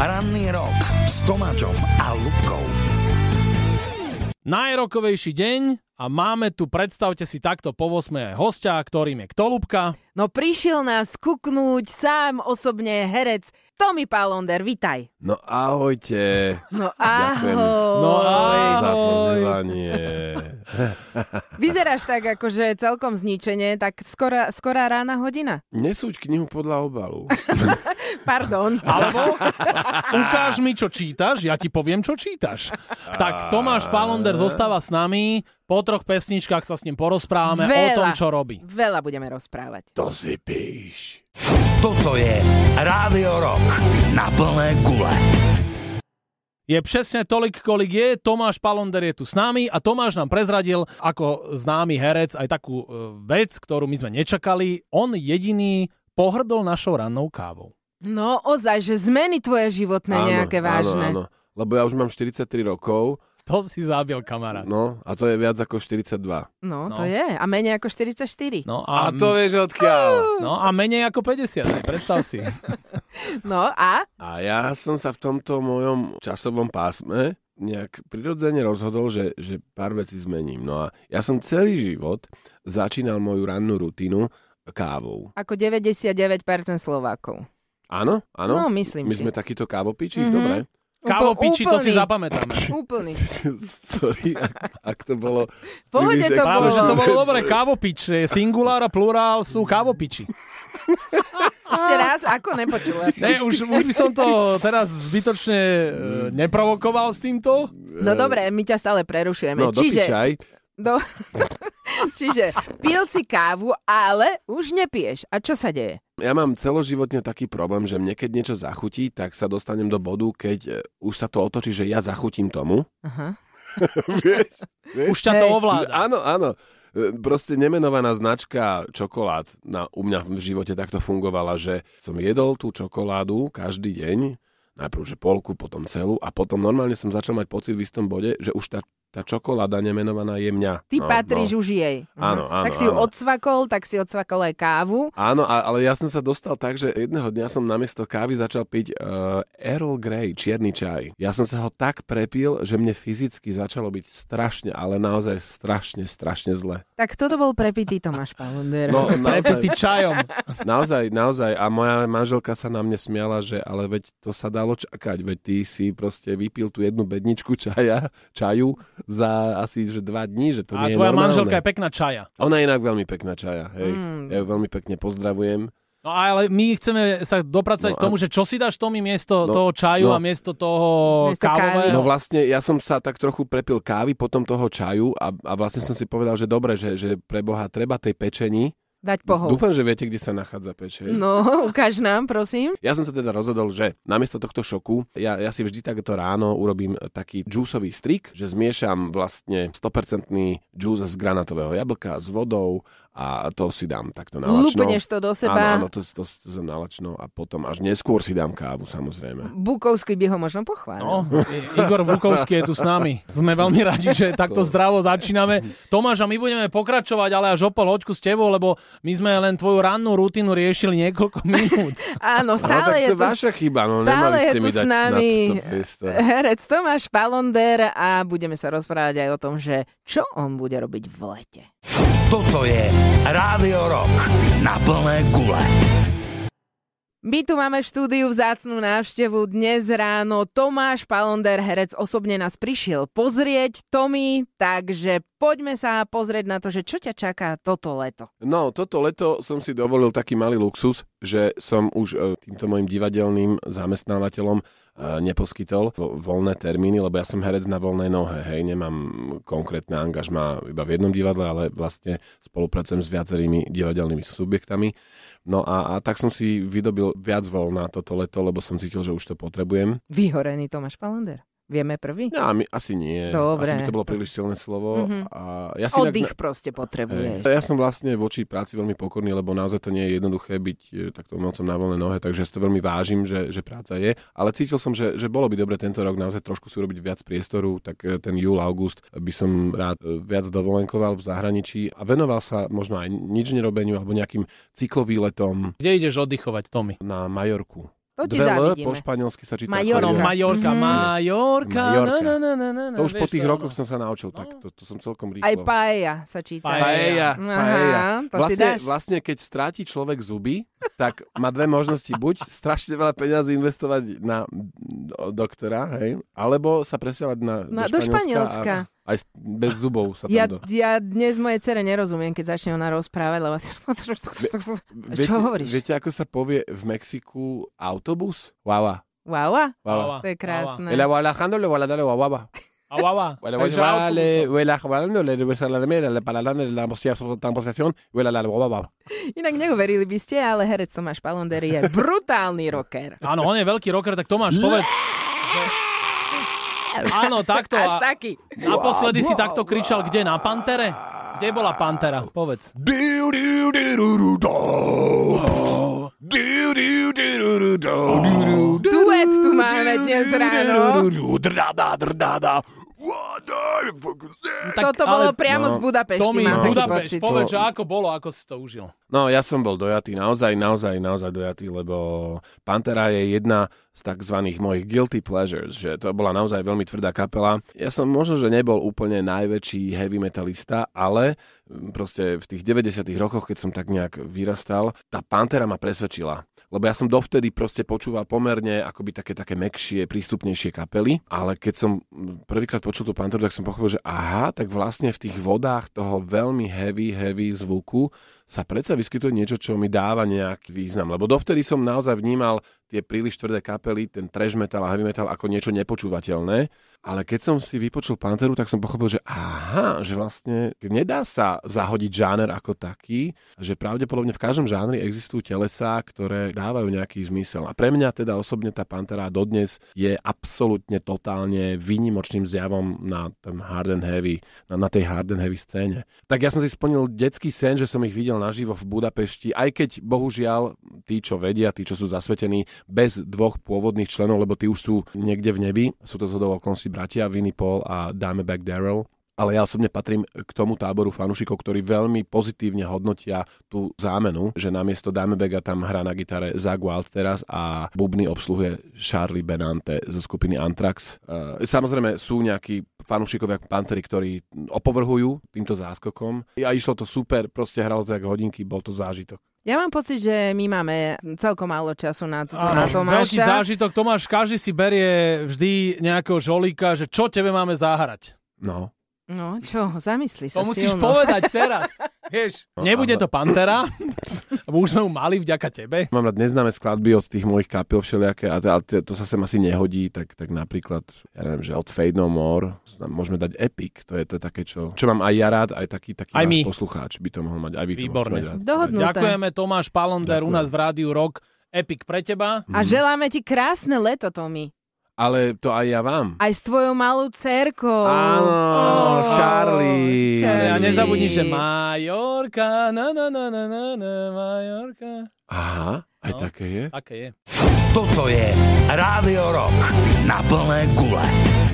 Ranný rok s Tomáčom a Lubkou. Najrokovejší deň a máme tu, predstavte si takto po 8. hostia, ktorým je Ktolúbka. No prišiel nás kuknúť sám osobne herec Tommy Palonder, vitaj. No ahojte. No Ďakujem. ahoj. No ahoj. Za pozvanie. Vyzeráš tak akože celkom zničenie, tak skorá, skorá rána hodina. Nesúď knihu podľa obalu. Pardon. Alebo ukáž mi, čo čítaš, ja ti poviem, čo čítaš. Tak Tomáš Palonder zostáva s nami, po troch pesničkách sa s ním porozprávame o Veľa. tom, čo robí. Veľa budeme rozprávať. To si píš. Toto je Rádio Rock na plné gule. Je presne tolik, kolik je, Tomáš Palonder je tu s nami a Tomáš nám prezradil ako známy herec aj takú e, vec, ktorú my sme nečakali. On jediný pohrdol našou rannou kávou. No ozaj, že zmeny tvoje životné nejaké vážne. Áno, áno. Lebo ja už mám 43 rokov, To si zábil, kamarát. no a to je viac ako 42. No, No. to je. A menej ako 44. No a, A to vieš odkiaľ. no a menej ako 50, aj predstav si. No a? A ja som sa v tomto mojom časovom pásme nejak prirodzene rozhodol, že, že pár vecí zmením. No a ja som celý život začínal moju rannú rutinu kávou. Ako 99% Slovákov. Áno? Áno? No, myslím My si. sme takíto kávopiči? Mhm. Dobre. Kávo Úpl- piči, to si úplný. zapamätáme. Úplný. Sorry, ak, ak to bolo... V pohode príliš to extra- Kávo, bolo. že to bolo dobre, kávo pič, je singulár a plurál sú kávo piči. Ešte raz, ako nepočula som. Ne, už, už by som to teraz zbytočne e, neprovokoval s týmto. No dobre, my ťa stále prerušujeme. No, Čiže, dopičaj. do... Čiže pil si kávu, ale už nepiješ. A čo sa deje? Ja mám celoživotne taký problém, že mne keď niečo zachutí, tak sa dostanem do bodu, keď eh, už sa to otočí, že ja zachutím tomu. Aha. Vieš? Už ťa to Hej. ovláda. Áno, áno. E, Proste nemenovaná značka čokolád na, u mňa v živote takto fungovala, že som jedol tú čokoládu každý deň, najprv že polku, potom celú a potom normálne som začal mať pocit v istom bode, že už tá, tá čokoláda nemenovaná je mňa. Ty patríš už jej. Aha. No, Áno, áno, Tak si ju áno. odsvakol, tak si odsvakol aj kávu. Áno, a, ale ja som sa dostal tak, že jedného dňa som namiesto kávy začal piť uh, Earl Grey, čierny čaj. Ja som sa ho tak prepil, že mne fyzicky začalo byť strašne, ale naozaj strašne, strašne zle. Tak toto bol prepitý Tomáš Palonder. No, Prepity naozaj, čajom. naozaj, naozaj. A moja manželka sa na mne smiala, že ale veď to sa dalo čakať, veď ty si proste vypil tú jednu bedničku čaja, čaju za asi že dva dní, že to A nie tvoja je normálne. manželka je Hmm. pekná čaja. Ona je inak veľmi pekná čaja, hej. Mm. Ja ju veľmi pekne pozdravujem. No ale my chceme sa dopracať No k a- tomu, že čo si dáš Tomi miesto No, toho čaju no. a miesto toho Miesto kávy. No kávového. vlastne, ja som sa tak trochu prepil kávy, potom toho čaju a, a vlastne som si povedal, že dobre, že, že pre Boha treba tej pečení. Dať pohov. Dúfam, že viete, kde sa nachádza pečeň. No, ukáž nám, prosím. Ja som sa teda rozhodol, že namiesto tohto šoku, ja, ja si vždy takto ráno urobím taký džúsový strik, že zmiešam vlastne 100% džús z granatového jablka s vodou a to si dám takto nalačno. Lúpneš to do No, Áno, áno, seba. to, to, to som nalačno a potom až neskôr si dám kávu, samozrejme. Bukovský by ho možno pochválil. No, I- Igor Bukovský je tu s nami. Sme veľmi radi, že takto zdravo začíname. Tomáš, a my budeme pokračovať, ale až o pol hoďku s tebou, lebo my sme len tvoju rannú rutinu riešili niekoľko minút. Áno, no, stále tak to je je tu vaša chyba, Stále no nemali je ste tu mi s dať nami na to priestor. herec Tomáš Palonder a budeme sa rozprávať aj o tom, že čo on bude robiť v lete. Toto je Rádio Rock na plné gule. My tu máme v štúdiu vzácnú návštevu dnes ráno. Tomáš Palonder, herec, osobne nás prišiel pozrieť. Tomi, takže poďme sa pozrieť na to, že čo ťa čaká toto leto. No, toto leto som si dovolil taký malý luxus, že som už e, týmto mojim divadelným zamestnávateľom e, neposkytol vo- voľné termíny, lebo ja som herec na voľnej nohe, hej, nemám konkrétne angažma iba v jednom divadle, ale vlastne spolupracujem s viacerými divadelnými subjektami. No a, a tak som si vydobil viac voľna toto leto, lebo som cítil, že už to potrebujem. Vyhorený Tomáš Palonder. Vieme prvý? No, a my, asi nie. Dobre. Asi by to bolo príliš silné slovo. Mhm. A ja si inak- Oddych proste potrebuješ. Hej. Ja som vlastne voči práci veľmi pokorný, lebo naozaj to nie je jednoduché byť e, takto nocom na voľné nohe, takže ja si to veľmi vážim, že, že práca je. Ale cítil som, že, že bolo by dobre tento rok naozaj trošku si urobiť viac priestoru, tak e, ten júl, august by som rád e, viac dovolenkoval v zahraničí a venoval sa možno aj nič nerobeniu alebo nejakým cyklovým letom Kde ideš oddychovať, Tomi? na Majorku. To ti Dve L po závidíme. španielsky sa číta Áno, Majorka. Correa. Majorka, Mhm. Majorka, na, Majorka. na, na, na, na, na, To už po vieš, tých ono. rokoch som sa naučil, tak to, to som celkom rýchlo. No. Aj paella sa číta. Paella. Aha, to si vlastne, dáš. vlastne, keď stráti človek zuby, tak má dve možnosti. Buď strašne veľa peniazy investovať na do- doktora, hej, alebo sa presielať na, Na- No, do do Španielska. Španielska. A, aj s- bez zubov sa tam Ja, do... ja dnes mojej cere nerozumiem, keď začne ona rozprávať, lebo... Viete, hovoríš? Viete, ako sa povie v Mexiku autobus? Wawa. Wow, wow, Wawa. Wawa. to je krásne. Ela walajándole, waladale, wawa. A wawa. Wala- Takže wala- autobusom. wala- walajándole, walajándole, walajándole, la mostia- la mostiación, walalala, wawa. Inak neuverili by ste, ale herec Tomáš Palonder je brutálny rocker. Áno, on je veľký rocker, tak Tomáš, povedz. že- Áno, takto. Až A taký. naposledy si takto kričal, kde? Na Pantere? Kde bola Pantera? Povedz. Diu, diu, diu, diu, diu, do. Diu, diu, diu, diu, diu, do. Diu, 아. diu, diu, Duet tu máme dnes diu, diu, ráno. diu, diu, diu, drdada, drdada. What the fuck is that? Tak, Toto ale- bolo priamo No. z Budapešti. Tomi, mám taký Budapešť, pocit. povedz, že ako bolo, ako si to užil. No, ja som bol dojatý, naozaj, naozaj, naozaj dojatý, lebo Pantera je jedna z tzv. mojich guilty pleasures, že to bola naozaj veľmi tvrdá kapela. Ja som možno, že nebol úplne najväčší heavy metalista, ale mm, proste v tých 90 rokoch, keď som tak nejak vyrastal, tá Pantera ma presvedčila. Lebo ja som dovtedy proste počúval pomerne akoby také, také mekšie, prístupnejšie kapely, ale keď som mm, prvýkrát počul tú Panteru, tak som pochopil, že aha, tak vlastne v tých vodách toho veľmi heavy, heavy zvuku sa predsa vyskytuje niečo, čo mi dáva nejaký význam. Lebo dovtedy som naozaj vnímal tie príliš tvrdé kapely, ten trash metal a heavy metal ako niečo nepočúvateľné. Ale keď som si vypočul Panteru, tak som pochopil, že aha, že vlastne nedá sa zahodiť žáner ako taký, že pravdepodobne v každom žánri existujú telesá, ktoré dávajú nejaký zmysel. A pre mňa teda osobne tá Pantera dodnes je absolútne totálne výnimočným zjavom na tom hard and heavy, na, na tej hard and heavy scéne. Tak ja som si splnil detský sen, že som ich videl naživo v Budapešti, aj keď bohužiaľ tí, čo vedia, tí, čo sú zasvetení, bez dvoch pôvodných členov, lebo tí už sú niekde v nebi, sú to zhodou okolností bratia Vinnie Paul a Diamondback Daryl, ale ja osobne patrím k tomu táboru fanúšikov, ktorí veľmi pozitívne hodnotia tú zámenu, že namiesto Dimebega tam hrá na gitare Zag Wild teraz a bubny obsluhuje Charlie Benante zo skupiny Anthrax. E, samozrejme sú nejakí fanúšikovia Pantery, ktorí opovrhujú týmto záskokom. A išlo to super, proste hralo to jak hodinky, bol to zážitok. Ja mám pocit, že my máme celkom málo času na, to, Áno, na veľký Tomáša. zážitok. Tomáš, každý si berie vždy nejakého žolíka, že čo tebe máme zahrať. No. No, čo, zamysli sa To musíš silno. povedať teraz. Vieš, No, nebude ale- to Pantera, lebo už sme ju mali vďaka tebe. Mám rád neznáme skladby od tých mojich kapiel všelijaké a to, ale to sa sem asi nehodí, tak, tak napríklad, ja neviem, že od Fade No More nám môžeme dať Epic, to je to je také, čo, čo mám aj ja rád, aj taký, taký Aj aj my. poslucháč by to mohol mať, aj vy to Výborne. môžete mať rád. Dohodnú. Dohodnuté. Ďakujeme Tomáš Palonder u Ďakujem. nás v Rádiu Rock. Epic pre teba. A želáme ti krásne leto, Tomi. Ale to aj ja vám. Aj s tvojou malou cerkou. Áno, Charlie. A Charlie. nezabudni, že Majorka, na na na na na, na Majorka. Aha, aj No. také je. Aké je? Toto je Rádio Rock na plné gule.